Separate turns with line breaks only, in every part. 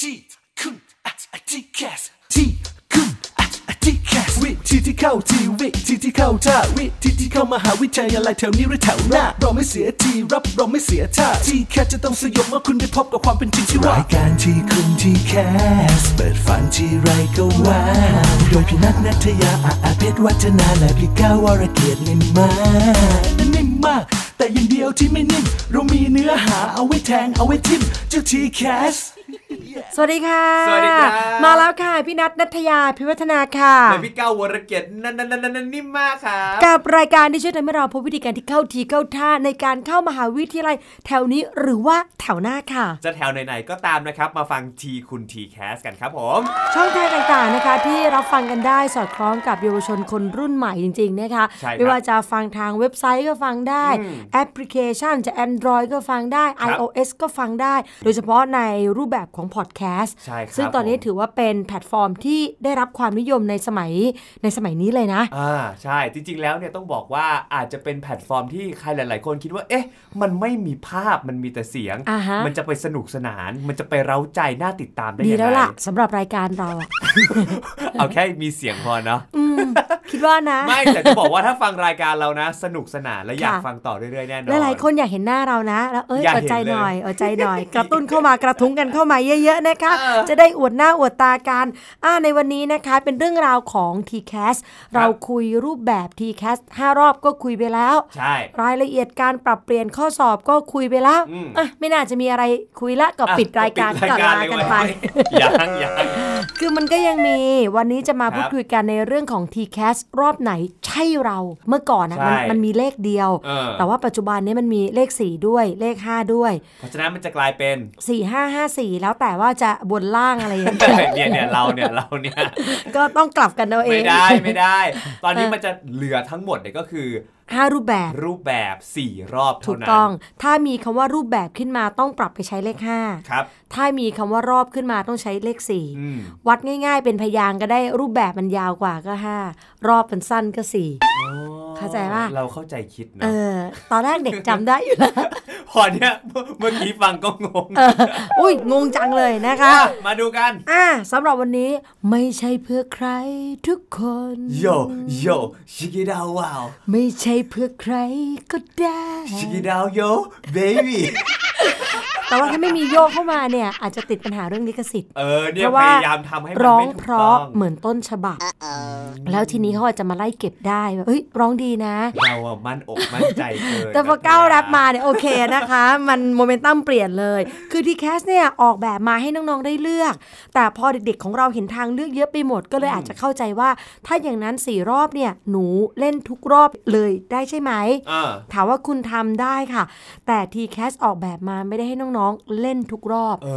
ที่คุณอาจที่แคสที่คุณอาจที่แคสวิธีที่เข้าทีวิธีที่เข้าท่าวิธีที่เข้ามหาวิทยาลัยแถวนี้หรือแถวหน้าเราไม่เสียทีรับเราไม่เสียท่าที่แคสจะต้องสยบเมื่อคุณได้พบกับความเป็นจริงที่ว่ารายการที่คุณที่แคสเปิดฝันที่ไรก็ว่าโดยพี่นัทนัทยาอาอาเพชรวัฒนาและพี่ก้าวรเกียรตินิ่มมากนิ่มมาก แต่อย่างเดียวที่ไม่นิ่มเรามีเนื้อหาเอาไว้แทงเอาไว้ทิมเจ้าทีแคส
สวัสดีค่ะ
สวัสดีครับ
มาแล้วค่ะ พี่นัทนัทยาพิวัฒนาค่ะ
และพี่ก้าววรเกียรตินันนันนันนันนิ่มมากครับ
กับรายการที่ช่วยทำให้เราพบวิธีการที่เข้าทีเข้าท่าในการเข้ามหาวิทยาลัยแถวนี้หรือว่าแถวหน้าค่ะ
จะแถวไหนๆก็ตามนะครับ มาฟังทีคุณทีแคสกันครับผม
ช่องทางต่างๆนะคะ ที่รับฟังกันได้สอดคล้องกับเยาวชนคนรุ่นใหม่จริงๆนะคะ
ใช่
ไม่
ครั
ว่า
บ
จะฟังทางเว็บไซต์ก็ฟังได้ แอปพลิเคชันจะ Android ก็ฟังได้
ครับ
iOS ก็ฟังได้ โดยเฉพาะในรูปแบบของพอดแคสต์
ใช่ครับ
ซึ่งตอนนี้
ผม
ถือว่าเป็นแพลตฟอร์มที่ได้รับความนิยมในสมัยในสมัยนี้เลยนะ
อ่าใช่จริงๆ แล้วเนี่ยต้องบอกว่าอาจจะเป็นแพลตฟอร์มที่ใครหลาย ๆ คนคิดว่า เอ๊ะ มันไม่มีภาพมันมีแต่เสียง
อ่าฮะ
มันจะไปสนุกสนาน มันจะไปเร้าใจน่าติดตามได้
ดี
ยัง
แล้ว
ไง
ล่ะสำหรับรายการเราอะ
เอาแค่มีเสียงพอเนาะ
อืม คิดว่านะ
ไม่แต่จะบอกว่าถ้าฟังรายการเรานะ สนุกสนานและอยาก
ค่ะ
ฟังต่อเรื่อยๆแน่นอน
หลายๆคนอยากเห็นหน้าเรานะ แล้วเอ้ย
อยาก
อดใจ
เห็
ห
นเลย
น่ อยอดใจหน่อย กระตุ้นเข้ามากระทุ้งกันเข้ามาเยอะๆนะคะ
เออ
จะได้อวดหน้าอวดตากันอ่าในวันนี้นะคะ เป็นเรื่องราวของ t c a s เราคุยรูปแบบ t c a s 5 รอบก็คุยไปแล้ว
ใช่
รายละเอียดการปรับเปลี่ยนข้อสอบก็คุยไปแล้ว
อืม
อ่ะไม่น่าจะมีอะไรคุยละก็
อ่ะ
ปิดรายการ
ปิด
ก็ลา
เลย
กัน
วะ
ไป
ยังยัง
คือมันก็ยังมีวันนี้จะมาพูด
ครับ
คุยกันในเรื่องของ t c a s รอบไหนใช่เราเมื่อก่อนนะ
ใช่
มันมันมีเลขเดียว
เออ
แต่ว่าปัจจุบันนี้มันมีเลข 4 ด้วยเลข 5 ด้วย
เพราะฉะนั้นมันจะกลายเป็น
4 5 5 4 แล้วแต่ว่าจะบนล่างอะไรอย่างเงี้ย
เนี่ยเนี่ยเราเนี่ยเราเนี่ย
ก็ต้องกลับกันเอาเอ
ไม่
ง
ได้ไม่ได้ ตอนนี้
เออ
มันจะเหลือทั้งหมดเนี่ยก็คือ
5 รูปแบบ
รูปแบบ 4 รอบ
ถู
เท่าก นั้น
ต้อง ถ้ามีคำว่ารูปแบบขึ้นมาต้องปรับไปใช้เลข 5
ครับ
ถ้ามีคำว่ารอบขึ้นมาต้องใช้เลข
อืม
4 วัดง่ายๆ เป็นพยางค์ก็ได้รูปแบบมันยาวกว่าก็ 5 รอบมันสั้นก็ 4 เข้าใจปะ
เราเข้าใจคิดนะ
เออ ตอนแรกเด็กจำได้อยู่แล้ว
พอเนี่ยเมื่อกี้ฟังก็งง
เออ อุ้ยงงจังเลยนะคะ
อ่ะมาดูกัน
อ่าสำหรับวันนี้ไม่ใช่เพื่อใครทุกคน
โยโยชิกิดาวว้าว
ไม่ใช่เพื่อใครก็ได้
ชิกิดาวโยเบบี้
แต่ว่าถ้าไม่มีโยกเข้ามาเนี่ย อาจจะติดปัญหาเรื่องลิขสิทธิ์
เออเนี่ยพยายามทำให้มัน
ร้อง
ไม่ถู
เพ
ก
ราะ
ต้อง
เหมือนต้นฉบับ แล้วทีนี้เขาอาจจะมาไล่เก็บได้แบบเอ้ยร้องดีนะ
เราอะมั่นอกมั่นใจเกิน
แต่พอก้าวแรปมาเนี่ยโอเคนะคะ มันโมเมนตัมเปลี่ยนเลย คือทีแคสเนี่ยออกแบบมาให้น้อง ๆ ได้เลือก แต่พอเด็ก ๆ ของเราเห็นทางเลือกเยอะไปหมดก็เลยอาจจะเข้าใจว่า ถ้าอย่างนั้น 4 รอบเนี่ย หนูเล่นทุกรอบเลยได้ใช่ไหม
อ่า
ถามว่าคุณทำได้ค่ะ แต่ทีแคสออกแบบมาไม่ได้ให้น้อง ๆ เล่นทุกรอบ
เอ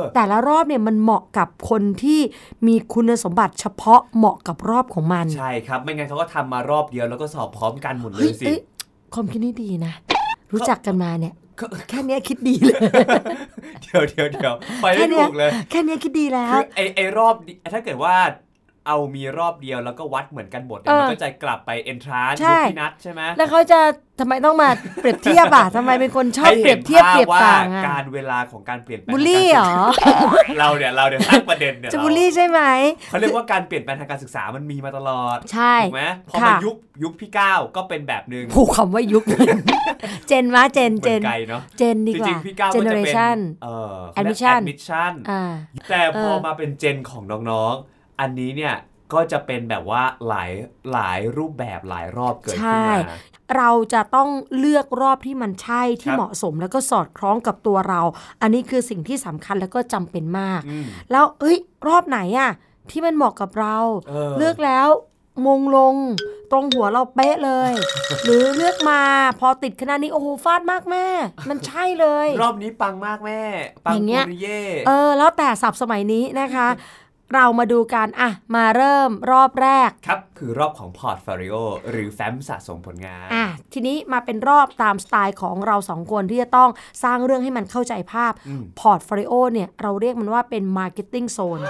อ
แต่ละรอบเนี่ยมันเหมาะกับคนที่มีคุณสมบัติเฉพาะเหมาะกับรอบของมัน
ใช่ครับไม่งั้นเขาก็ทำมารอบเดียวแล้วก็สอบพร้อมกันหมดเล
เฮ้ย
ยสิ
เอ้ยความคิดนี่ดีนะ รู้จักกันมาเนี่ย
ก็
แค่เนี้ยคิดดีเลย
เดี๋ยวเดี๋ยวเดี๋ยวไป
แค่
ไม่
เนี้
ถู
ย
กเลย
แค่เนี้ยคิดดีแล้
คื
ว
อไอไอรอบนี้ถ้าเกิดว่าเอามีรอบเดียวแล้วก็วัดเหมือนกันหมดเนี่ย
เออ
มันก็จะกลับไปเอนทรานซ์
ใช่
ยุคพี่นัทใช่ไหม
แล้วเขาจะทำไมต้องมาเปรียบเทียบ อ่ะทำไมเป็นคนชอบ
ให้
เปรี
ห็
ยบ
น
เทียบ
ภ
เปรียบ
ว่า
ต่างอ่ะ
การเวลาของการเปลี่ยนแปลง
บูลลี่เหรอ
เราเนี่ยเราเนี่ยตั้งประเด็นเนี่ย
จะ
เรา
บูลลี่ใช่ไหม
เขาเรียกว่าการเปลี่ยนแปลงทางการศึกษามันมีมาตลอด
ใช่
ถูกไหมพอมา
ค่ะ
ยุคยุคพี่ก้าวก็เป็นแบบหนึ่ง
ผูกคำว่ายุค เจนวะเจน
เห
เจ
มือน
น
ไกลเนาะ
เจนดี
จ
กว่า
ริงๆพี่ก้าว
เจ
ก็
เนอ
จะ
เร
เป็น
ชั่น
เออ
Admission
แอดมิชชั่น
อ่า
แต่พอ
เออ
มาเป็นเจนของน้องๆ อันนี้เนี่ยก็จะเป็นแบบว่าหลายหลายรูปแบบหลายรอบเกิดขึ้น
ใช่
มา
เราจะต้องเลือกรอบที่มันใช่ที่
ครับ
เหมาะสมแล้วก็สอดคล้องกับตัวเรา อันนี้คือสิ่งที่สำคัญแล้วก็จำเป็นมาก
อืม
แล้วเอ้ย รอบไหนอะที่มันเหมาะกับเรา
เออ
เลือกแล้วมงลง ตรงหัวเราเป๊ะเลย หรือเลือกมาพอติดขนาดนี้ โอ้โหฟาดมากแม่ มันใช่เลย
รอบนี้ปังมากแม่ ปั
อย่างเงี้ย
ปุริเย่
เออ แล้วแต่สับสมัยนี้นะคะ เรามาดูกันอะมาเริ่มรอบแรก
ครับ คือรอบของพอร์ต o l ลิโอหรือแฟ้มสะสมผลงาน
อ่ะทีนี้มาเป็นรอบตามสไตล์ของเราสองคนที่จะต้องสร้างเรื่องให้มันเข้าใจภาพ
อืม
พอร์ตโฟลิโอเนี่ยเราเรียกมันว่าเป็น Marketing Zone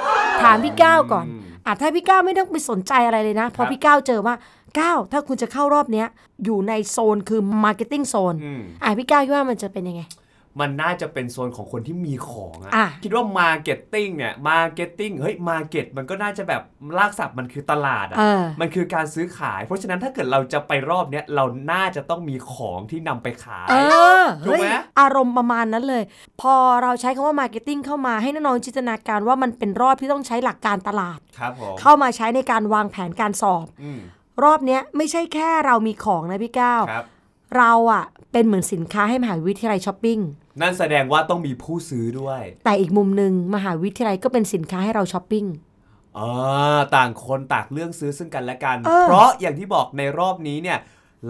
ถามพี่ก้าวก่อน
อืม
อ่ะถ้าพี่ก้าวไม่ต้องไปสนใจอะไรเลยนะ พอ
ครับ
พี่ก้าวเจอว่าก้าวถ้าคุณจะเข้ารอบเนี้ยอยู่ในโซนคือ Marketing Zone
อืม
อ่ะพี่ก้าวคิดว่ามันจะเป็นยังไง
มันน่าจะเป็นโซนของคนที่มีของอะ
อ่ะ
คิดว่ามาเก็ตติ้งเนี่ยมาเก็ตติ้งเฮ้ยมาเก็ตมันก็น่าจะแบบลากศัพท์มันคือตลาดอะ
เออ
มันคือการซื้อขาย เพราะฉะนั้นถ้าเกิดเราจะไปรอบเนี้ยเราน่าจะต้องมีของที่นำไปขาย
เออ
ถูก
เฮ้ย
ไหม
อารมณ์ประมาณนั้นเลย พอเราใช้คำว่ามาร์เก็ตติ้งเข้ามาให้น้องๆจินตนาการว่ามันเป็นรอบที่ต้องใช้หลักการตลาด
ครับผม
เข้ามาใช้ในการวางแผนการสอบ
อืม
รอบเนี้ยไม่ใช่แค่เรามีของนะพี่ก้าว
ครับ
เราอะเป็นเหมือนสินค้าให้มหาวิทยาลัยช้อปปิ้ง
นั่นแสดงว่าต้องมีผู้ซื้อด้วย
แต่อีกมุมหนึ่งมหาวิทยาลัยก็เป็นสินค้าให้เราช้อปปิ้ง
อ่าต่างคนต่างเรื่องซื้อซึ่งกันและกัน
เออ
เพราะอย่างที่บอกในรอบนี้เนี่ย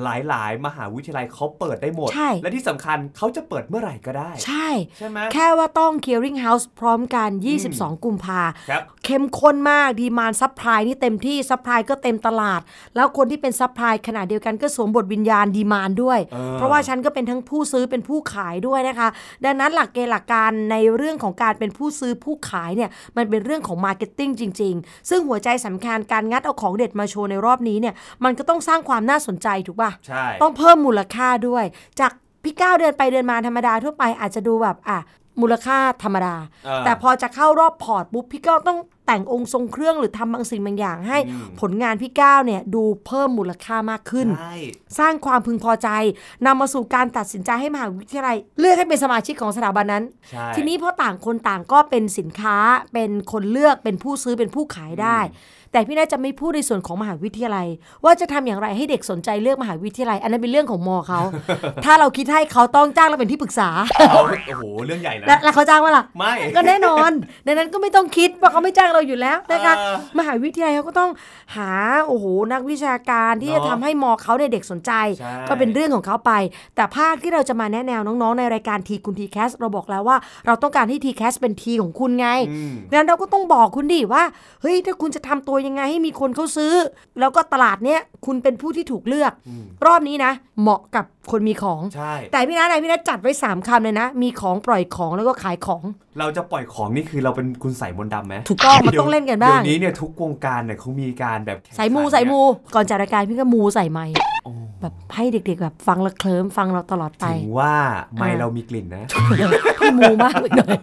หลายๆ มหาวิทยาลัยเขาเปิดได้หมด
ใช่
และที่สำคัญเขาจะเปิดเมื่อไหร่ก็ได้
ใช่
ใช่ไหม
แค่ว่าต้อง clearing house พร้อมกัน 22 กุมภา
ครับ
เข้มข้นมากดีมานซัพพลายนี่เต็มที่ซัพพลายก็เต็มตลาด แล้วคนที่เป็นซัพพลายขณะเดียวกันก็สวมบทวิญญาณดีมานด้วย
เออ
เพราะว่าฉันก็เป็นทั้งผู้ซื้อเป็นผู้ขายด้วยนะคะ ดังนั้นหลักเกณฑ์หลักการในเรื่องของการเป็นผู้ซื้อผู้ขายเนี่ยมันเป็นเรื่องของมาร์เก็ตติ้งจริง ๆ ซึ่งหัวใจสำคัญการงัดเอาของเด็ดมาโชว์ในรอบนี้เนี่ยมันก็ต้องสร้างความน่าสนใจถูกป่ะ
ใช่
ต้องเพิ่มมูลค่าด้วย จากพี่ก้าวเดินไปเดินมาธรรมดาทั่วไปอาจจะดูแบบอ่ะมูลค่าธรรมดา
เออ
แต่พอจะเข้ารอบพอร์ตปุ๊บพี่ก้าวต้องแต่งองค์ทรงเครื่องหรือทำบางสิ่งบางอย่างให้
อืม
ผลงานพี่ก้าวเนี่ยดูเพิ่มมูลค่ามากขึ้น
ใช่
สร้างความพึงพอใจนำมาสู่การตัดสินใจให้มหาวิทยาลัย เลือกให้เป็นสมาชิกของสถาบันนั้น
ใช่
ทีนี้พอต่างคนต่างก็เป็นสินค้าเป็นคนเลือกเป็นผู้ซื้อเป็นผู้ขายได้ แต่พี่น่าจะไม่พูดในส่วนของมหาวิทยาลัย ว่าจะทำอย่างไรให้เด็กสนใจเลือกมหาวิทยาลัย อันนั้นเป็นเรื่องของมอเขา ถ้าเราคิดให้เขาต้องจ้างเราเป็นที่ปรึกษา
เอาโอ้โห เรื่องใหญ่นะ
และและเขาจ้างว่าล่ะ
ไม่
ก็แน่นอน ดังนั้นก็ไม่ต้องคิดว่าเขาไม่จ้างเราอยู่แล้วนะคะ
เออ
มหาวิทยาลัยเขาก็ต้องหาโอ้โหนักวิชาการที่
เนอะ
จะทำให้มอเขาเนี่ยเด็กสนใจ
ใช่
ก็เป็นเรื่องของเขาไป แต่ภาคที่เราจะมาแนะแนวน้องๆ ในรายการทีคุณทีแคสเราบอกแล้วว่า เราต้องการให้ทีแคสเป็นทีของคุณไง
อืม
ดังนั้นเราก็ต้องบอกคุณดิว่าเฮ้ยถ้าคุณจะทำตัวยังไงให้มีคนเขาซื้อ แล้วก็ตลาดเนี้ยคุณเป็นผู้ที่ถูกเลือก
อืม
รอบนี้นะ เหมาะกับคนมีของ
ใช่
แต่พี่นัทนะพี่นัทจัดไว้สามคำเลยนะ มีของปล่อยของแล้วก็ขายของ
เราจะปล่อยของนี่คือเราเป็นคุณใส่มนต์ดำไหม
ถูกต้องมัน
ดี๋ยว
ต้องเล่นกันบ้าง
เดี๋ยวนี้เนี่ยทุกวงการเนี่ยเขามีการแบบแข่งขัน
สายมู
เนี่ย
สายมู ก่อนจัดรายการพี่ก็มูใส่ไม้
โอ้
แบบให้เด็กๆ แบบฟังและเคลิ้มฟังเราตลอดไป
ถึงว่าไม
อ่า
ค์เรามีกลิ่นนะ
พี่มูมาก เลยหน่อย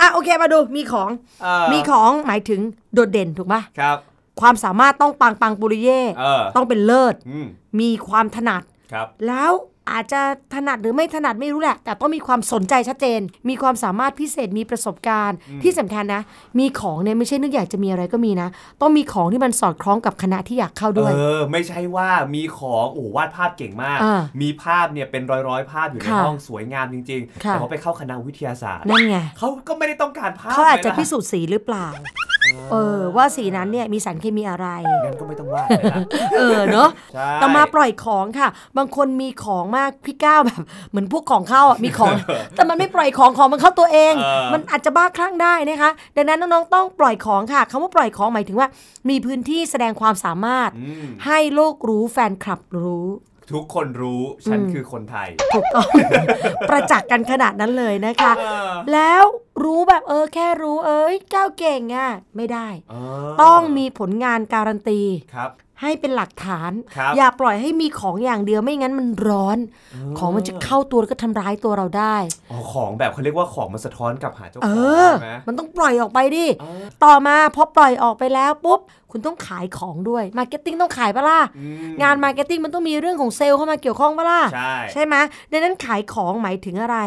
อ่ะโอเคมาดูมีของ
เออ
มีของหมายถึงโดดเด่นถูกปะ
ครับ
ความสามารถต้องปังปังปุริเย่
เออ
ต้องเป็นเลิศ
อืม
มีความถนัด
ครับ
แล้วอาจจะถนัดหรือไม่ถนัดไม่รู้แหละ แต่ต้องมีความสนใจชัดเจน มีความสามารถพิเศษมีประสบการณ์ ที่สำคัญนะ มีของเนี่ยไม่ใช่นึกอยากจะมีอะไรก็มีนะ ต้องมีของที่มันสอดคล้องกับคณะที่อยากเข้าด้วย
เออ ไม่ใช่ว่ามีของโอ้โหวาดภาพเก่งมาก
อ่า
มีภาพเนี่ยเป็นร้อยร้อยๆภาพอยู่ใน
ค่ะ
ห้องสวยงามจริง ๆ
ค่ะ
แต่พอไปเข้าคณะวิทยาศาสตร์
นั่นไง
เขาก็ไม่ได้ต้องการภาพ
เขาอาจจะ
ไหมล่
พิสูจน์สีหรือเปล่า เออ ว่าสีนั้นเนี่ยมีสารเคมีอะไร
งั้นก็ไม่ต้องวาดเลยนะ
เออเนาะ
ใช่
ต่อมาปล่อยของค่ะ บางคนมีของมากพี่ก้าวแบบ เหมือนพวกของเข้าอ่ะมี ของ แต่มันไม่ปล่อยของของมันเข้าตัวเอง มันอาจจะบ้าคลั่งได้นะคะ ดังนั้นน้องๆต้องปล่อยของค่ะคำว่าปล่อยของหมายถึงว่า มีพื้นที่แสดงความสามารถ
อืม
ให้โลกรู้แฟนคลับรู้
ทุกคนรู้ฉันคือคนไทย
ถูกต้อง ประจักษ์กันขนาดนั้นเลยนะคะ
เออ
แล้วรู้แบบเออแค่รู้เอ้ยก้าวเก่งอ่ะไม่ได้
เ
ต้องมีผลงานการันตี
ครับ
ให้เป็นหลักฐาน
ครับ
อย่าปล่อยให้มีของอย่างเดียวไม่งั้นมันร้อน ของมันจะเข้าตัวแล้วก็ทำร้ายตัวเราได้
อ๋อของแบบเขาเรียกว่าของมันสะท้อนกลับหาเจ้าข
เอ
อ
อ
งใช่ไหม
มันต้องปล่อยออกไปดิ
เออ
ต่อมาพอปล่อยออกไปแล้วปุ๊บ คุณต้องขายของด้วยมาร์เก็ตติ้งต้องขายปะล่ะ
อืม
งานมาร์เก็ตติ้งมันต้องมีเรื่องของเซลล์เข้ามาเกี่ยวข้องปะล่ะ
ใช่
ไหมดังนั้นขายของหมายถึงอะไร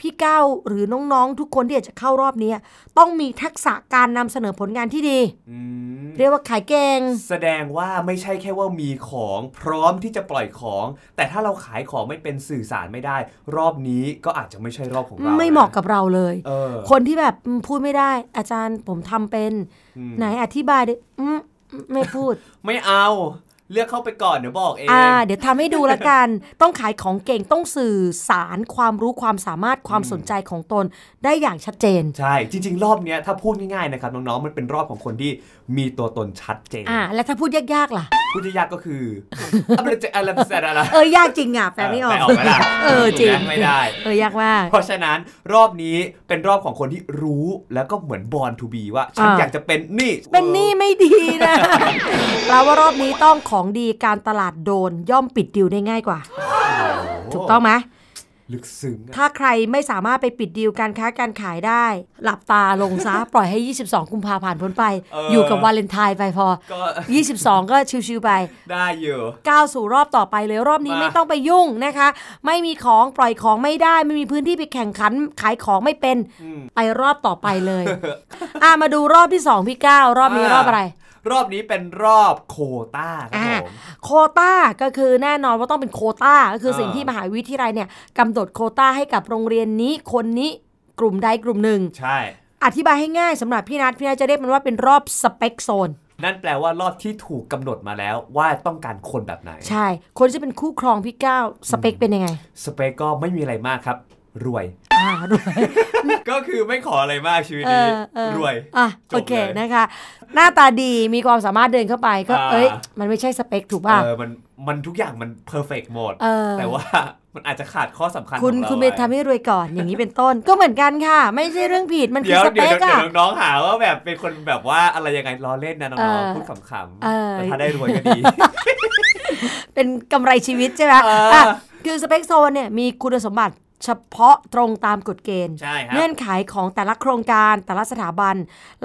พี่ก้าวหรือน้องๆ ทุกคนที่อยากจะเข้ารอบเนี้ยต้องมีทักษะการนำเสนอผลงานที่ดี
อืม
เรียกว่าขายเก่ง
แสดงว่าไม่ใช่แค่ว่ามีของพร้อมที่จะปล่อยของ แต่ถ้าเราขายของไม่เป็นสื่อสารไม่ได้ รอบนี้ก็อาจจะไม่ใช่รอบของเรา
ไม่เหมาะกับเราเลย
เออ
คนที่แบบอืมพูดไม่ได้ อาจารย์ผมทำเป็น
อืม
ไหนอธิบายดิอืมไม่พูด
ไม่เอาเลือกเข้าไปก่อนเดี๋ยวบอกเอง
อ่า เดี๋ยวทำให้ดูละกัน ต้องขายของเก่งต้องสื่อสารความรู้ความสามารถความสนใจของตนได้อย่างชัดเจน
ใช่ จริง ๆ รอบเนี้ยถ้าพูดง่ายๆนะครับน้องๆมันเป็นรอบของคนที่มีตัวตนชัดเจน
อ่า แล้วถ้าพูดยากๆล่ะ
พูดยากๆก็คือ อะไรจะอะไรอะไร
เออยากจริงอ่ะแปลไม่ออก
แปลออกไหมล่ะ
เออจริง
ไม่ได้
เออยากมาก
เพราะฉะนั้นรอบนี้เป็นรอบของคนที่รู้แล้วก็เหมือนบอลทูบีว่า ฉัน
อ่า
อยากจะเป็นนี่
เป็นหนี้ไม่ดี นะ แปลว่ารอบนี้ต้องของดีการตลาดโดนย่อมปิดดิวได้ง่ายกว่า
โโห
ถูกต้องไหม
ลึกซึ้งอะ
ถ้าใครไม่สามารถไปปิดดีลการค้าการขายได้ หลับตาลงซะ ปล่อยให้ 22 กุมภาพันธ์พ้นไป อยู่กับวาเลนไทน์ไปพอ
ก็
22 ก็ชิวๆไป
ได้อยู่
ก้าวสู่รอบต่อไปเลยรอบนี้
มา
ไม่ต้องไปยุ่งนะคะ ไม่มีของปล่อยของไม่ได้ ไม่มีพื้นที่ไปแข่งขันขายของไม่เป็น ไปรอบต่อไปเลย อ่ะมาดูรอบที่สองพี่ก้าวรอบนี้รอบอะไร
รอบนี้เป็นรอบโควต้าครับผม
โควต้าก็คือแน่นอนว่าต้องเป็นโควต้าก็คือสิ่งที่
อ่าม
มหาวิทยาลัยเนี่ยกำหนดโควต้าให้กับโรงเรียนนี้คนนี้กลุ่มใดกลุ่มหนึ่ง
ใช่
อธิบายให้ง่ายสำหรับพี่นัทพี่นัทจะเรียกมันว่าเป็นรอบสเปกโซน
นั่นแปลว่ารอบที่ถูกกำหนดมาแล้วว่าต้องการคนแบบไหน
ใช่ คนที่จะเป็นคู่ครองพี่ก้าวสเปคเป็นยังไง
สเปคก็ไม่มีอะไรมากครับ รวย
อ่ารวย
ก็คือไม่ขออะไรมากชีวิต
เอ
นี้
อเออ
รวย
อ่ะ
จบเลย
โอเคนะคะ หน้าตาดีมีความสามารถเดินเข้าไปก็
อ่า
เอ้ย มันไม่ใช่สเปคถูกป่ะ
เออมันมันทุกอย่างมันเพอร์เฟกหมด
เออ
แต่ว่า มันอาจจะขาดข้อสำคัญ
คุณ
ของรา
คุณไป
ว้
ทำให้รวยก่อนอย่างนี้เป็นต้น ก็เหมือนกันค่ะ ไม่ใช่เรื่องผิดมันคื
เดี๋
อ
ยว
สเป
เดี๋ยว
ค
เดี๋ย
อะ
วน้องๆหาว่าแบบเป็นคนแบบว่าอะไรยังไงล้อเล่นนะน้
เอ
อง
อ
ๆพูดขำ
เออ
ๆแต่ถ้าได้รวยก็ดี
เป็นกำไรชีวิตใช่ไหม
เอออ่
ะคือสเปคโซนเนี่ยมีคุณสมบัติเฉพาะตรงตามกฎเกณฑ์
ใช่ครับ
เงื่อนไขของแต่ละโครงการแต่ละสถาบัน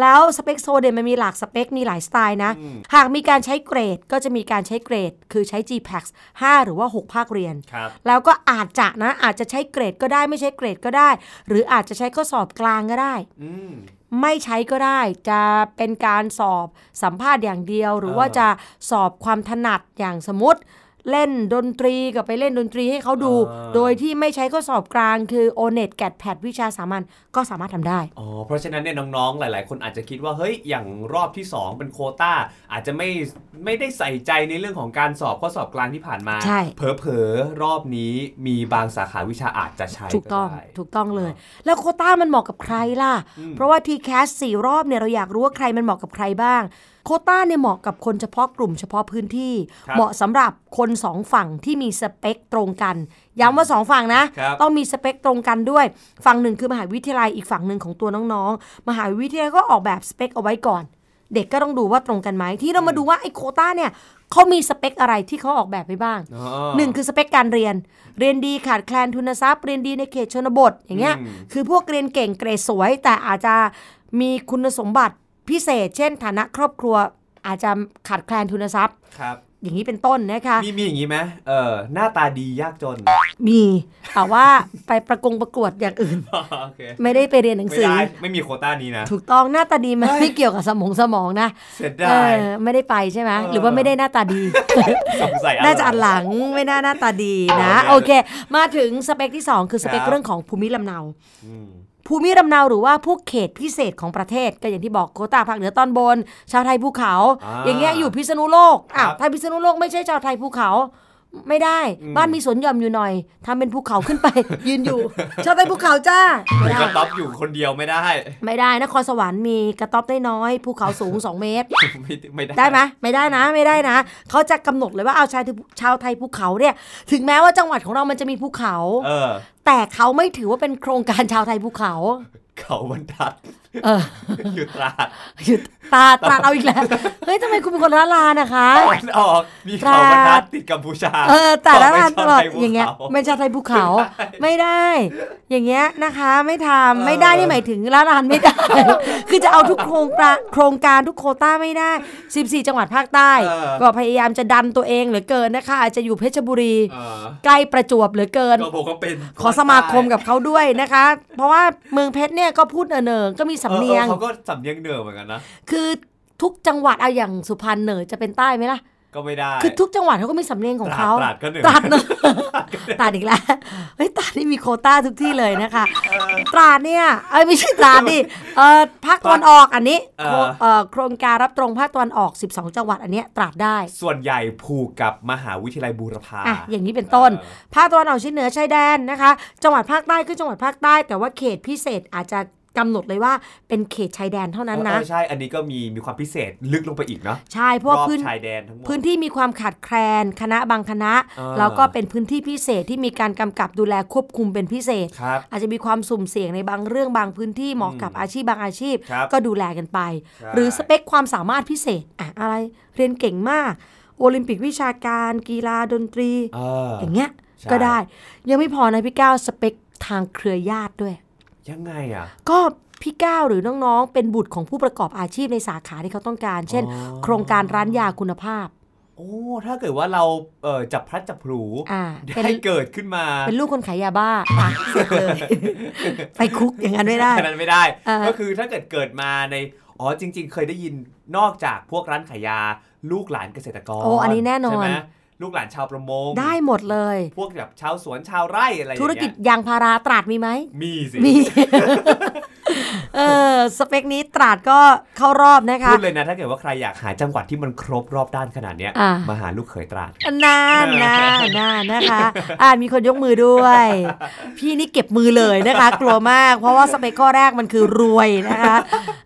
แล้วสเปคโซนเนี่ยมันมีหลากสเปค มีหลายสไตล์นะ หากมีการใช้เกรดก็จะมีการใช้เกรด คือใช้ GPAX 5 หรือว่า 6 ภาคเรียน
ครับ
แล้วก็อาจจะนะอาจจะใช้เกรดก็ได้ไม่ใช้เกรดก็ได้ หรืออาจจะใช้ข้อสอบกลางก็ได้
อืม
ไม่ใช้ก็ได้ จะเป็นการสอบสัมภาษณ์อย่างเดียว หรือ
เออ
ว่าจะสอบความถนัดอย่างสมมติ เล่นดนตรีก็ไปเล่นดนตรีให้เขาดู
เออ
โดยที่ไม่ใช้ข้อสอบกลางคือ o n e t แกดแพดวิชาสามัญก็สามารถทำได้
อ๋อ เพราะฉะนั้นเนี่ยน้องๆ หลาย ๆ คนอาจจะคิดว่า เฮ้ย อย่างรอบที่ 2 เป็นโควต้า อาจจะไม่ไม่ได้ใส่ใจในเรื่องของการสอบข้อสอบกลางที่ผ่านมา
ใช่
เผลอๆ รอบนี้มีบางสาขาวิชาอาจจะใช้
ถูกต้อง
ได้
ถูกต้องเลย แล้วโควต้ามันเหมาะกับใครล่ะ เพราะว่าทีแคสสี่รอบเนี่ยเราอยากรู้ว่าใครมันเหมาะกับใครบ้าง โควต้าเนี่ยเหมาะกับคนเฉพาะกลุ่มเฉพาะพื้นที่
ครับ
เหมาะสำหรับคนสองฝั่งที่มีสเปคตรงกัน ย้ำว่าสองฝั่งนะ
ครับ
ต้องมีสเปคตรงกันด้วย ฝั่งหนึ่งคือมหาวิทยาลัยอีกฝั่งหนึ่งของตัวน้องๆ มหาวิทยาลัยก็ออกแบบสเปคเอาไว้ก่อน เด็กก็ต้องดูว่าตรงกันไหมที่เรามาดูว่าไอ้โควต้าเนี่ยเขามีสเปคอะไรที่เขาออกแบบไปบ้าง
อ๋อ
หนึ่งคือสเปคการเรียน เรียนดีขาดแคลนทุนทรัพย์เรียนดีในเขตชนบทอย่างเงี้ย
อืม
คือพวกเรียนเก่งเกรดสวย แต่อาจจะมีคุณสมบัติพิเศษ เช่น ฐานะครอบครัว อาจจะขาดแคลนทุนทรัพย์
ครับ
อย่างนี้เป็นต้นนะคะ
มีมีอย่างนี้ไหมเออหน้าตาดียากจน
มีแต่ว่า ไปประกงประกวดอย่างอื่น
โอเค
ไม่ได้ไปเรียนหนัง
ไม่
สือ
ได้ ไม่มีโควต้านี้นะ
ถูกต้องหน้าตาดีมันไม่เกี่ยวกับสมองสมองนะ
เสีย
เอ
ดาย
อไม่ได้ไปใช่ไหม
เออ
หรือว่าไม่ได้หน้าตาดี
สงสัย
น่าจะอันหลังไม่น่าหน้าตาดีนะ
โอเค
โอเค มาถึงสเปคที่ 2 คือสเปค
ครับ
เรื่องของภูมิลำเนา
อืม
ภูมิลำเนาหรือว่าพวกเขตพิเศษของประเทศ ก็อย่างที่บอกโควตาภาคเหนือตอนบน ชาวไทยภูเขา
อ่า
อย่างเงี้ยอยู่พิษณุโลกอ้าว
ครับ
ถ้าพิษณุโลกไม่ใช่ชาวไทยภูเขา ไม่ได้
อืม
บ้านมีสวนหย่อมอยู่หน่อยทำเป็นภูเขาขึ้นไป ยืนอยู่ ชาวไทยภูเขาจ้าไม่
มี
ได้
กระต๊อบอยู่คนเดียวไม่ได้
ไม่ได้นครสวรรค์มีกระต๊อบได้น้อยภูเขาสูง 2 เมตร
ไม่ไม่ได้
ได้ไหมไม่ได้นะไม่ได้นะเขาจะกำหนดเลยว่าเอาชายชาวไทยภูเขาเนี่ย ถึงแม้ว่าจังหวัดของเรามันจะมีภูเขา
เออ
แต่เขาไม่ถือว่าเป็นโครงการชาวไทยภูเขา
เขาบรรทัด
เออ
อยู่ตราด
หยุดตาตาเอาอีกแล้ว เฮ้ยทำไมคุณเป็นคนละลานะคะ
ตะวันออก มีเขาบรรทัดติดกัมพูชา
เออแต่ละ
ไม่
ลาน
ช
ต
บ
ลอด
ใคร
อย่างเงี้ย
ภู
ไม่ใช่ไทยภู เขาไม่ได้ อย่างเงี้ยนะคะ ไม่ทำ
เออ
ไม่ได้นี่หมายถึงละลานไม่ได้ คือจะเอาทุกโครงการโครงการทุกโควต้าไม่ได้ 14 จังหวัดภาคใต้ ก็พยายามจะดันตัวเองเหลือเกินนะคะ อาจจะอยู่เพชรบุรี
เออ
ใกล้ประจวบเหลือเกิน
ก็ผมก็เป็น
ขอสมาคมกับเขาด้วยนะคะ เพราะว่าเมืองเพชรเนี่ยก็พูดเนิงๆก็มีสำเนียง
ออเขาก็สำเนียงเหนือเหมือนกันนะ
คือทุกจังหวัดเอาอย่างสุพรรณเหนือจะเป็นใต้ไหมล่ะ
ก็ไม่ได้
คือทุกจังหวัดเขาก็มีสำเนียงของเขา
ตราดก็เหนือ
ตราดเนอะตราดอี กแล้วเฮ้ยตราดนี่มีโควต้าทุกที่เลยนะคะ ตราดเนี่ยเอ้ยไม่ใช่ตราด ดิเอ่อภาคตะวันออกอันนี้
เอ
โค
อ
เอ่อโครงการรับตรงภาคตะวันออก 12 จังหวัดอันเนี้ยตราดได้
ส่วนใหญ่ผูกกับมหาวิทยาลัยบูรพา
อ่ะอย่างนี้เป็นต้น
เออ
ภาคตะวันออกเฉียงเหนือชายแดนนะคะ จังหวัดภาคใต้คือจังหวัดภาคใต้ แต่ว่าเขตพิเศษอาจจะกำหนดเลยว่าเป็นเขตชายแดนเท่านั้นนะ
เออใช่ อันนี้ก็มีมีความพิเศษลึกลงไปอีกเนาะ
ใช่เพราะ
ร
ว่า
อบ
พื้น
ชายแดนทั้งหมด
พื้นที่มีความขาดแคลนคณะบางคณะ
อ่า
แล้วก็เป็นพื้นที่พิเศษที่มีการกำกับดูแลควบคุมเป็นพิเศษ
ครับ
อาจจะมีความสุ่มเสี่ยงในบางเรื่องบางพื้นที่เหมาะกับอาชีพบางอาชีพ
ครับ
ก็ดูแลกันไป
ใช่
หรือสเปคความสามารถพิเศษอะอะไรเรียนเก่งมาก โอลิมปิกวิชาการ กีฬาดนตรี
เออ
อย่างเงี้ย
ใช่
ก็ได้ ยังไม่พอนะพี่ก้าวสเปคทางเครือญาติด้วย
ยังไงอ่ะ
ก็พี่ก้าวหรือน้องๆ เป็นบุตรของผู้ประกอบอาชีพในสาขาที่เขาต้องการ เช่น
อ๋อ
โครงการร้านยาคุณภาพ
โอ้ถ้าเกิดว่าเราเอ่อจับพลัดจับผลู
อ่าเป็น
ได้เกิดขึ้นมา
เป็นลูกคนขายยาบ้าอ่ะเสร็จเลย ไปคุกอย่างนั้นไม่ได้
ขนาดนั้นไม่ได้
อ่า
ก็คือถ้าเกิดเกิดมาในอ๋อจริง ๆ เคยได้ยินนอกจากพวกร้านขายยา ลูกหลานเกษตรกร
โอ้อันนี้แน่นอน
ใช่ไหมลูกหลานชาวประมง
ได้หมดเลย
พวกแบบชาวสวนชาวไร่อะไรอย่าง
ธุร
เงี้ย
กิจยางพาราตราดมีไหม
มีสิ
มี เออสเปคนี้ตราดก็เข้ารอบนะคะ
พูดเลยนะ ถ้าเกิดว่าใครอยากหาจังหวัดที่มันครบรอบด้านขนาดเนี้ย
อ่าม
มาหาลูกเขยตราด
นานนานนานนะคะ อ่านมีคนยกมือด้วย พี่นี่เก็บมือเลยนะคะ กลัวมาก เพราะว่าสเปคข้อแรกมันคือรวยนะคะ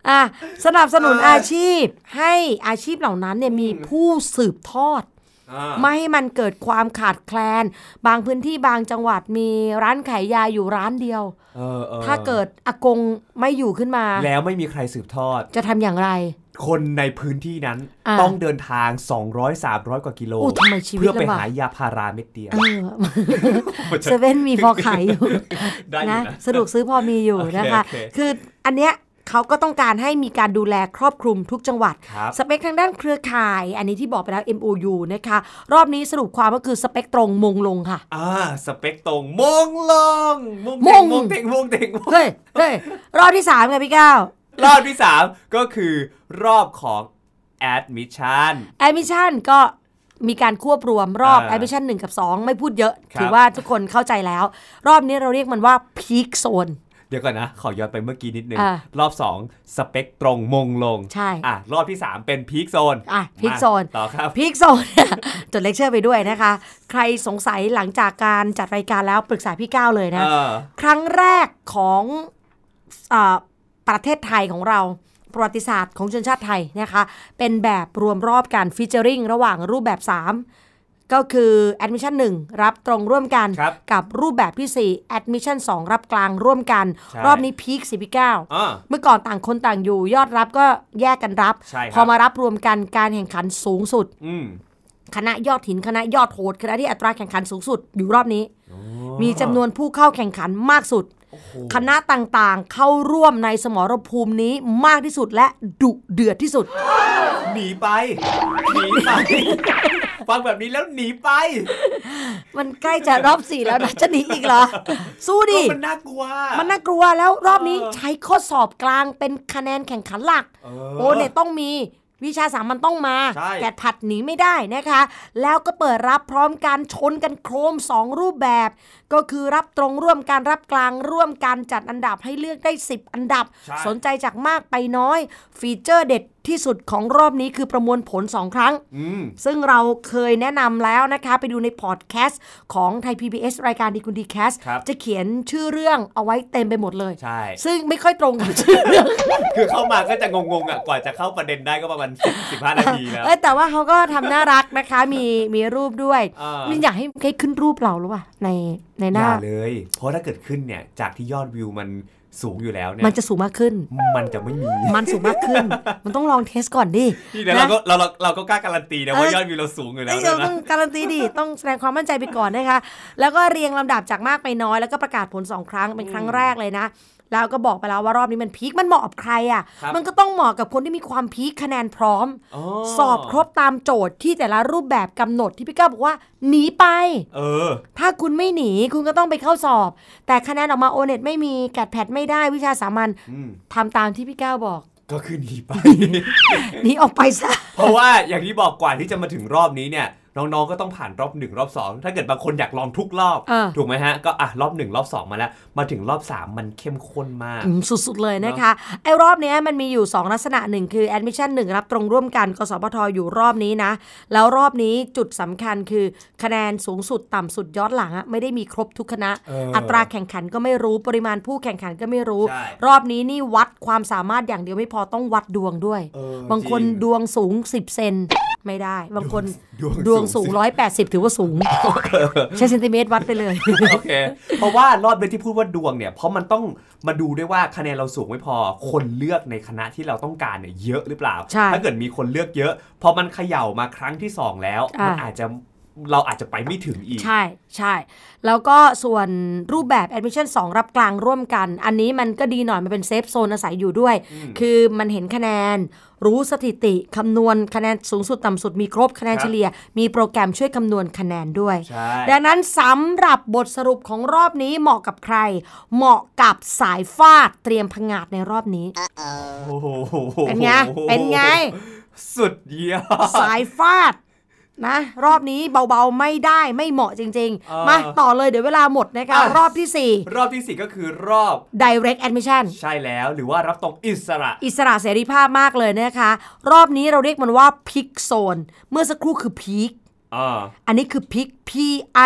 อ่ะสนับสนุน
เอออ
อาชีพให้อาชีพเหล่านั้นเนี่ยมีผู้สืบทอด
อ่า
ไม่ให้มันเกิดความขาดแคลน บางพื้นที่บางจังหวัดมีร้านขายยาอยู่ร้านเดียว
เออออ
ถ้าเกิดอากงไม่อยู่ขึ้นมา
แล้วไม่มีใครสืบทอด
จะทำอย่างไร
คนในพื้นที่นั้น
อ่า
ต้องเดินทาง 200 300 กว่ากิโล
โอ้ทำไมชีวิต
เพื่อไป
ลำบาก
หายาพาราเม็ดเดียว
เออ เซเว่นมีพอขายอยู่
ได้อยู่
นะ
นะ
สะดวกซื้อพอมี อยู่
โอเค
นะคะ
โอเค
คืออันเนี้ยเขาก็ต้องการให้มีการดูแลครอบคลุมทุกจังหวัด
ครับ
สเปคทางด้านเครือข่าย อันนี้ที่บอกไปแล้ว MOU นะคะ รอบนี้สรุปความก็คือสเปคตรงมงลงค่ะ
อ่าสเปกตรงมงลงมง
ม
เต่ง
ง
มงเต่งมงเต่งมง
เฮ้ยเฮ้ยรอบที่สามไงพี่ก้าว
รอบที่ 3 ก็คือรอบของ admission
แอมิชันก็มีการควบรวมรอบ
อ่า
แอมิชัน1กับ 2 ไม่พูดเยอะ
ครับ
ถือว่าทุกคนเข้าใจแล้ว รอบนี้เราเรียกมันว่าพีคโซน
เดี๋ยวก่อนนะ ขอย้อนไปเมื่อกี้นิดนึง
อ่าร
อบ 2 สเปกตรงมงลง
ใช่
อ่ะรอบที่ 3 เป็นพีคโซน
อ่ะ peak zone
ต่อครับ
พีคโซนเนี่ย จดเลคเชอร์ไปด้วยนะคะ ใครสงสัยหลังจากการจัดรายการแล้วปรึกษาพี่ก้าวเลยนะ
เออ
ครั้งแรกของเออประเทศไทยของเราประวัติศาสตร์ของชนชาติไทยนะคะ เป็นแบบรวมรอบการฟิชเจอริงระหว่างรูปแบบ 3 ก็คือ Admission 1 รับตรงร่วมกัน
ครับ
กับรูปแบบที่ 4 Admission 2 รับกลางร่วมกัน
ใช่
รอบนี้พีคสิบเก้า
อ่า
เมื่อก่อนต่างคนต่างอยู่ยอดรับก็แยกกันรับ
ใช่ครับ
พอมารับรวมกันการแข่งขันสูงสุด
อืม
คณะยอดหินคณะยอดโหดคณะที่อัตราแข่งขันสูงสุดอยู่รอบนี้ มีจำนวนผู้เข้าแข่งขันมากสุด คณะต่างๆ เข้าร่วมในสมรภูมินี้มากที่สุดและดุเดือดที่สุด
หนีไป หนีไป ฟังแบบนี้แล้วหนีไป
มันใกล้จะรอบสี่แล้วนะจะหนีอีกเหรอ สู้ดิ
มันน่ากลัว
มันน่ากลัวแล้วรอบนี้ใช้ข้อสอบกลางเป็นคะแนนแข่งขันหลัก
เออ
โอเนี่ยต้องมีวิชาสามัญต้องมา
ใช่
แกดผัดหนีไม่ได้นะคะ แล้วก็เปิดรับพร้อมการชนกันโครม 2 รูปแบบ ก็คือรับตรงร่วมการรับกลางร่วมการจัดอันดับให้เลือกได้ 10 อันดับ
ใช่
สนใจจากมากไปน้อย ฟีเจอร์เด็ดที่สุดของรอบนี้คือประมวลผล 2 ครั้ง
อืม
ซึ่งเราเคยแนะนำแล้วนะคะ ไปดูในพอดแคสต์ของไทย PBS รายการดีคุณดีแคส
ครับ
จะเขียนชื่อเรื่องเอาไว้เต็มไปหมดเลย
ใช่
ซึ่งไม่ค่อยตรงกับชื่อเรื่อง
คือเข้ามาก็จะงงๆอ่ะ กว่าจะเข้าประเด็นได้ก็ประมาณสิบสิบห้านาทีแล้ว
เออแต่ว่าเขาก็ทำน่ารักนะคะ มีมีรูปด้วย
อ่ามั
มันอยากให้ให้ขึ้นรูปเราหรือเปล่าในในห
อ
น้า
ย่าเลย เพราะถ้าเกิดขึ้นเนี่ย จากที่ยอดวิวมันสูงอยู่แล้วเนี่ย
มันจะสูงมากขึ้น
มันจะไม่มี
มันสูงมากขึ้น มันต้องลองเทสก่อนดิ
นี่เดี๋ยว
นะ
เราก็เราเราเราก็กล้าการันตีนะ
เออ
ว่ายอดวิวเราสูงอยู่แล้ว
เอ้ย
ด้ว
เรา
ย
ต้
นะ
องการันตี ดิต้องแสดงความมั่นใจไปก่อนนะคะ แล้วก็เรียงลำดับจากมากไปน้อย แล้วก็ประกาศผลสองครั้งเป็นครั้งแรกเลยนะ แล้วก็บอกไปแล้วว่ารอบนี้มันพีค มันเหมาะกับใครอ่ะ
ครับ
มันก็ต้องเหมาะกับคนที่มีความพีคคะแนนพร้อม
อ๋อ
สอบครบตามโจทย์ที่แต่ละรูปแบบกำหนดที่พี่ก้าวบอกว่าหนีไป
เออ
ถ้าคุณไม่หนีคุณก็ต้องไปเข้าสอบ แต่คะแนนออกมาโอเน็ตไม่มีกัดแพทไม่ได้วิชาสามัญ
อืม
ทำตามที่พี่ก้าวบอก
ก็คือหนีไป
หนีออกไปซะ
เพราะว่าอย่างที่บอกกว่าที่จะมาถึงรอบนี้เนี่ยน้องๆก็ต้องผ่านรอบหนึ่งรอบสองถ้าเกิดบางคนอยากลองทุกรอบ
เออ
ถูกไหมฮะ ก็อ่ะรอบหนึ่งรอบสองมาแล้ว มาถึงรอบสามมันเข้มข้นมาก
อืมสุดๆเลยนะคะไอ้รอบเนี้ยมันมีอยู่ 2 ลักษณะหนึ่งคือ admission 1 รับตรงร่วมกันกสพทอยู่รอบนี้นะ แล้วรอบนี้จุดสำคัญคือคะแนนสูงสุดต่ำสุดย้อนหลังอะไม่ได้มีครบทุกคณะ
เอออั
อัตราแข่งขันก็ไม่รู้ปริมาณผู้แข่งขันก็ไม่รู้
ใช่
รอบนี้นี่วัดความสามารถอย่างเดียวไม่พอต้องวัดดวงด้วย
เออบ
างคน
จริง
ดวงสูง 10 เซนไม่ได้ บางคน
ดวง
ดวง
สู
สู
ง
ง 180 ถือว่าสูง ใช้เซนติเมตรวัดไปเลย
โอเค เพราะว่ารอบเนี้ยที่พูดว่าดวงเนี่ย เพราะมันต้องมาดูด้วยว่าคะแนนเราสูงไม่พอ คนเลือกในคณะที่เราต้องการเนี่ยเยอะหรือเปล่า
ใช่
ถ้าเกิดมีคนเลือกเยอะ พอมันเขย่ามาครั้งที่สองแล้ว
อ่ามั
มันอาจจะ เราอาจจะไปไม่ถึงอีก
ใช่ใช่แล้วก็ส่วนรูปแบบ Admission 2 รับกลางร่วมกัน อันนี้มันก็ดีหน่อย มันเป็นเซฟโซนอาศัยอยู่ด้วย คือมันเห็นคะแนน รู้สถิติคำนวณคะแนนสูงสุดต่ำสุดมีครบคะแนน
ครับ
เฉลี่ย มีโปรแกรมช่วยคำนวณคะแนนด้วย
ใช่
ดังนั้นสำหรับบทสรุปของรอบนี้เหมาะกับใคร เหมาะกับสายฟาดเตรียมพงาดในรอบนี้
โอ้โห
เป็นไงเป็นไง
สุดยอด
สายฟาดนะ รอบนี้เบาๆไม่ได้ไม่เหมาะจริง
เออ
ๆ มาต่อเลยเดี๋ยวเวลาหมดนะคะ
อ่ะ
รอบที่สี่
รอบที่สี่ก็คือรอบ
direct admission
ใช่แล้วหรือว่ารับตรงอิสระ
อิสระเสรีภาพมากเลยนะคะ รอบนี้เราเรียกมันว่า Peak Zone เมื่อสักครู่คือ Peak
อ่า
อันนี้คือ Peak P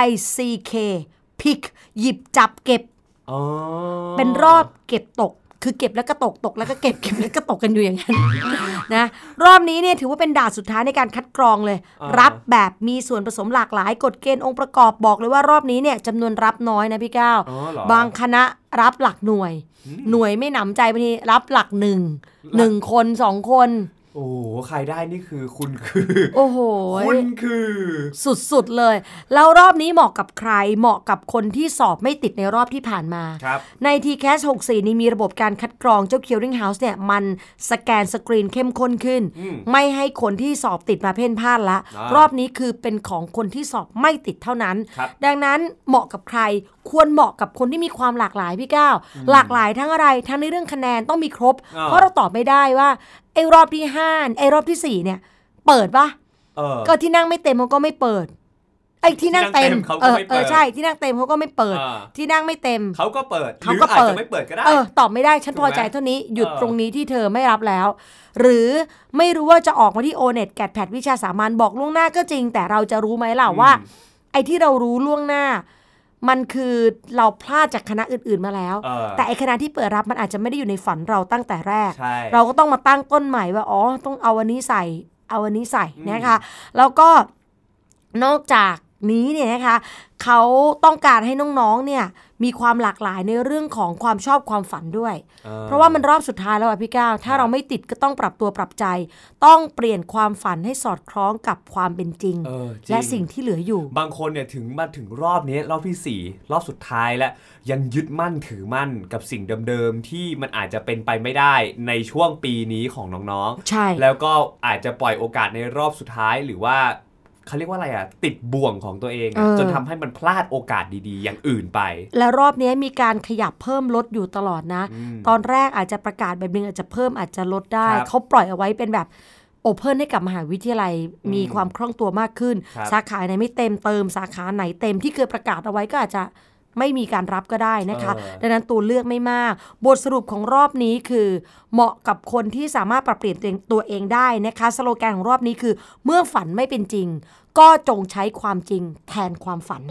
I C K Peak หยิบจับเก็บ
อ๋อ
เป็นรอบเก็บตก คือเก็บแล้วก็ตกตกแล้วก็เก็บเก็บแล้วก็ตกกันอยู่อย่างนั้น นะรอบนี้เนี่ยถือว่าเป็นด่านสุดท้ายในการคัดกรองเลย รับแบบมีส่วนผสมหลากหลายกฎเกณฑ์องค์ประกอบบอกเลยว่ารอบนี้เนี่ยจำนวนรับน้อยนะพี่ก้าว
อ๋อเหรอ
บางคณะรับหลักหน่วย หน่วยไม่หนำใจบางทีรับหลักหนึ่งหนึ่งคนสองคน
โอ้โหใครได้นี่คือคุณคือ
โอ้โห
คุณคือ
สุดๆเลย แล้วรอบนี้เหมาะกับใครเหมาะกับคนที่สอบไม่ติดในรอบที่ผ่านมา
ครับ
ใน t c a s 64 นี่มีระบบการคัดกรองเจ้า Curing House เนี่ย มันสแกนสกรีนเข้มข้นขึ้น ไม่ให้คนที่สอบติดมาเพ่นพ่านละ
อ่าร
อบนี้คือเป็นของคนที่สอบไม่ติดเท่านั้น
ครับ
ดังนั้นเหมาะกับใครควรเหมาะกับคนที่มีความหลากหลายพี่ก้าวหลากหลายทั้งอะไร ทั้งในเรื่องคะแนนต้องมีครบ เพราะเราตอบไม่ได้ว่าไอ้รอบที่ห้าไอ้รอบที่สี่เนี่ย เปิดปะ
เออ
ก็ที่นั่งไม่เต็มเขาก็ไม่เปิด ไอ้ยที่นั่งเต็ม
ที่นั่งเต็มเขาก็
เออ
ไม่
เอ
เปิด
อใช่ที่นั่งเต็มเขาก็ไม่เปิด
อ่า
ที่นั่งไม่เต็ม
เขาก็เปิดห
เขา
รือ
ก็
อาจ
เปิด
จะไม่เปิดก็ได้
เออตอบไม่ได้ฉัน
ถูก
พ
ไหม
อใจเท่านี้หยุด
เออ
ตรงนี้ที่เธอไม่รับแล้ว หรือไม่รู้ว่าจะออกมาที่โอเน็ตแกดแพดวิชาสามัญบอกล่วงหน้าก็จริง แต่เราจะรู้ไหมล่ะว่า ไอ้ที่เรารู้ล่วงหน้า มันคือเราพลาดจากคณะอื่นๆมาแล้ว
เออ
แต่ไอ้คณะที่เปิดรับมันอาจจะไม่ได้อยู่ในฝันเราตั้งแต่แรก
ใช่
เราก็ต้องมาตั้งต้นใหม่ว่า อ๋อ ต้องเอาวันนี้ใส่ เอาวันนี้ใส่นะคะ แล้วก็นอกจากนี้เนี่ยนะคะ เขาต้องการให้น้องๆ เนี่ย มีความหลากหลายในเรื่องของความชอบความฝันด้วย
เออ
เพราะว่ามันรอบสุดท้ายแล้วอะพี่ก้าว ถ้าเราไม่ติดก็ต้องปรับตัวปรับใจ ต้องเปลี่ยนความฝันให้สอดคล้องกับความเป็นจริง
เออจริง
และสิ่งที่เหลืออยู่
บางคนเนี่ยถึงมาถึงรอบนี้รอบที่ 4 รอบสุดท้ายแล้วยังยึดมั่นถือมั่นกับสิ่งเดิมๆ ที่มันอาจจะเป็นไปไม่ได้ในช่วงปีนี้ของน้อง
ใช่
แล้วก็อาจจะปล่อยโอกาสในรอบสุดท้ายหรือว่าเขาเรียกว่าอะไรอ่ะ ติดบ่วงของตัวเองอะ
เออ
จนทำให้มันพลาดโอกาสดีๆ อย่างอื่นไป
และรอบนี้มีการขยับเพิ่มลดอยู่ตลอดนะ ตอนแรกอาจจะประกาศแบบนึงอาจจะเพิ่มอาจจะลดได้
ครับ
เขาปล่อยเอาไว้เป็นแบบโอเพ่นให้กับมหาวิทยาลัยมีความคล่องตัวมากขึ้น
ครับ
สาขาไหนไม่เต็มเติม สาขาไหนเต็มที่เคยประกาศเอาไว้ก็อาจจะไม่มีการรับก็ได้นะคะ ดังนั้นตัวเลือกไม่มาก บทสรุปของรอบนี้คือ เหมาะกับคนที่สามารถปรับเปลี่ยนตัวเองตัวเองได้นะคะ สโลแกนของรอบนี้คือ เมื่อฝันไม่เป็นจริง ก็จงใช้ความจริงแทนความฝัน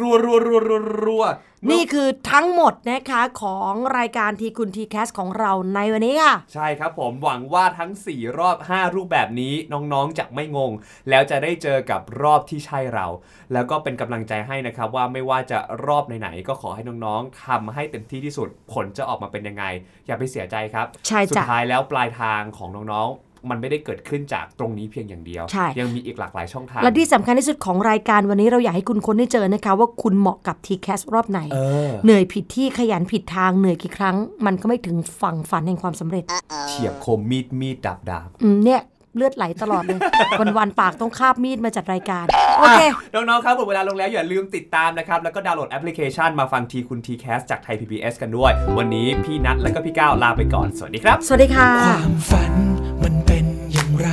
รัวรัวรัวรัวรัว
นี่คือทั้งหมดนะคะของรายการทีคุณทีแคสของเราในวันนี้ค่ะ
ใช่ครับผมหวังว่าทั้ง 4 รอบ 5 รูปแบบนี้น้องๆจะไม่งง แล้วจะได้เจอกับรอบที่ใช่เรา แล้วก็เป็นกำลังใจให้นะครับว่าไม่ว่าจะรอบไหนๆก็ขอให้น้องๆทำให้เต็มที่ที่สุดผลจะออกมาเป็นยังไง อย่าไปเสียใจครับ
ใช่จ้ะ
สุดท้ายแล้วปลายทางของน้องๆ มันไม่ได้เกิดขึ้นจากตรงนี้เพียงอย่างเดียว
ใช่
ยังมีอีกหลากหลายช่องทาง
และที่สำคัญที่สุดของรายการวันนี้เราอยากให้คุณค้นให้เจอนะคะ ว่าคุณเหมาะกับทีแคสรอบไหน
เออ
เหนื่อยผิดที่ขยันผิดทางเหนื่อยกี่ครั้ง มันก็ไม่ถึงฝั่งฝันแห่งความสำเร็จ
เฉียบคมมีดมีดดาบดาบ
อืมเนี่ยเลือดไหลตลอดเลย วันวันๆปากต้องคาบมีดมาจัดรายการ โอเค
อ่ะน้องๆ ครับหมดเวลาลงแล้วอย่าลืมติดตามนะครับ แล้วก็ดาวน์โหลดแอปพลิเคชันมาฟังทีคุณ TCAS จากไทย PBS กันด้วย วันนี้พี่นัทและก็พี่ก้าวลาไปก่อน สวัสดีครับ
สวัสดีค่ะ
ความฝันมันเป็นอย่างไร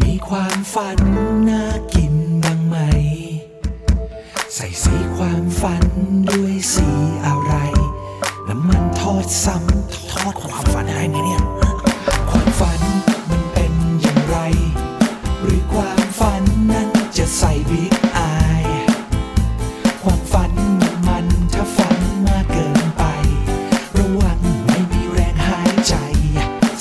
มีความฝันน่ากินบ้างไหม ใส่สีความฝันด้วยสีอะไร น้ำมันทอดซ้ำทอดความฝันให้ไหมเนี่ย ความฝันมันเป็นอย่างไร หรือความฝันนั้นจะใส่บิ๊กอาย ความฝันมันถ้าฝันมากเกินไป ระวังไม่มีแรงหายใจ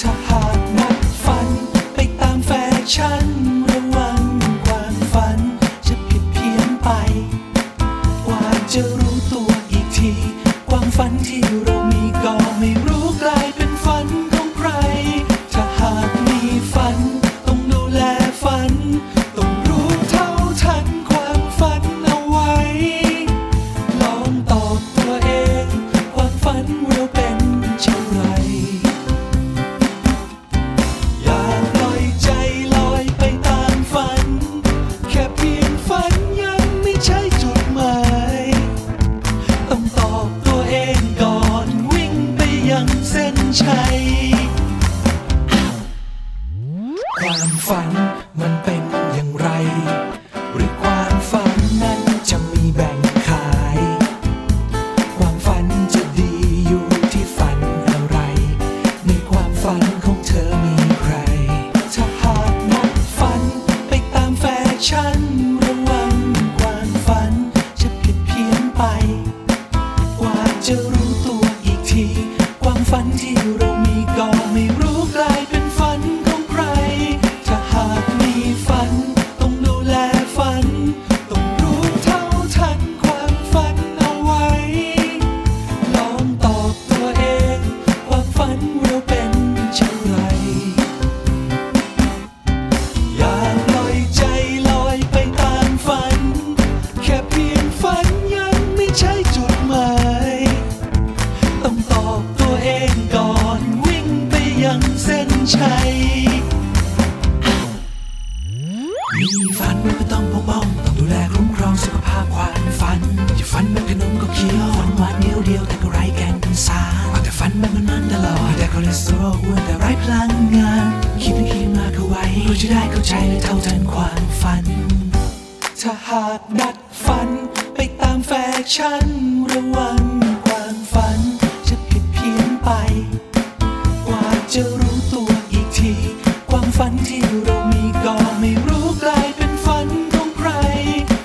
ถ้าหากมัดฝันไปตามแฟชั่น ระวังความฝันจะผิดเพี้ยนไป กว่าจะรู้ตัวอีกที ความฝันที่เรามีก็ไม่ ฝันมันเป็นอย่างไร หรือความฝันนั้นจะมีแบ่งขาย ความฝันจะดีอยู่ที่ฝันอะไร ในความฝันของเธอมีใคร ถ้าหากนักฝันไปตามแฟชั่นระวังความฝันจะผิดเพี้ยนไป กว่าจะรู้ตัวอีกที ความฝันที่เรามีก็ไม่รู้กลายเป็นฝันของใคร ถ้าหากมีฝัน ต้องดูแลฝัน ต้องรู้เท่าทันความฝันเอาไว้ ลองตอบตัวเอง ความฝันเราเป็นเช่นไร อย่าปล่อยใจลอยไปตามฝัน แค่เพียงฝันยังไม่ใช่จุดหมาย ต้องตอบตัวเองก่อนวิ่งไปยังเส้นชัย มีฝันไม่ต้องปกป้องต้องดูแลคุ้มครองสุขภาพความฝันอย่าฝันแบบขนมก็เคี้ยวฝันหวานเดียวเดียวแต่ก็ไร้แกนสารเอาแต่ฝันแบบมันๆตลอดแต่คอเลสเตอรอลอ้วนแต่ไร้พลังงานคิดนึกคิดมากเอาไว้เพื่อจะได้เข้าใจและเท่าทันความฝัน ถ้าหากดัดฝันไปตามแฟชั่นระวังความฝันจะผิดเพี้ยนไป กว่าจะรู้ตัวอีกที ความฝันที่เรามีก็ไม่รู้กลายเป็นฝันของใคร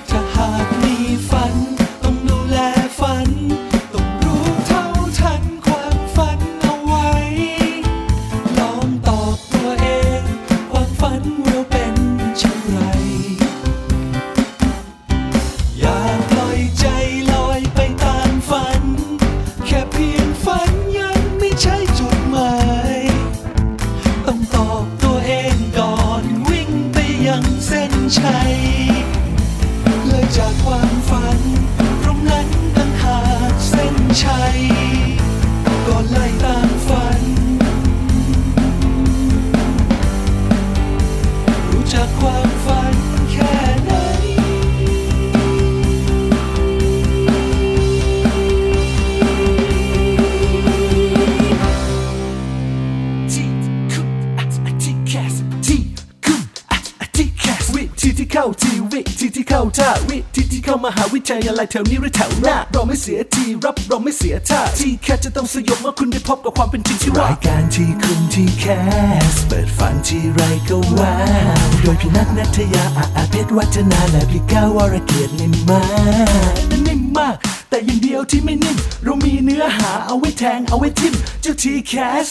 ถ้าหากมีฝัน ต้องดูแลฝัน ต้องรู้เท่าทันความฝันเอาไว้ ลองตอบตัวเอง ความฝันเราเป็นเช่นไร อย่าปล่อยใจลอยไปตามฝัน แค่เพียงฝันยังไม่ใช่จุดหมาย ต้องตอบตัวเองก่อนวิ่งไปยังเส้นชัยเลยจากความฝัน ตรงนั้นตั้งหากเส้นชัยก่อนไล่ตามฝัน รู้จักความฝันแค่ไหน ที่คุณอาจอาจที่แคสที่คุณอาจอาจที่แคสวิธีที่เข้าทีวิธีที่เข้าท่าวิธีที่เข้ามหาวิทยาลัยแถวนี้หรือแถวหน้าเราไม่เสียทีรับเราไม่เสียท่าที่แคสจะต้องสยบเมื่อคุณได้พบกับความเป็นจริงที่ว่ารายการที่คุณที่แคสเปิดฝันที่ไรก็ว้าวโดยพี่นัทนัทยาอาอาเพชรวัฒนาและพี่ก้าววรเกียรตินิ่มมากนิ่มมาก แต่อย่างเดียวที่ไม่นิ่มเรามีเนื้อหาเอาไว้แทงเอาไว้ทิมเจ้าทีแคส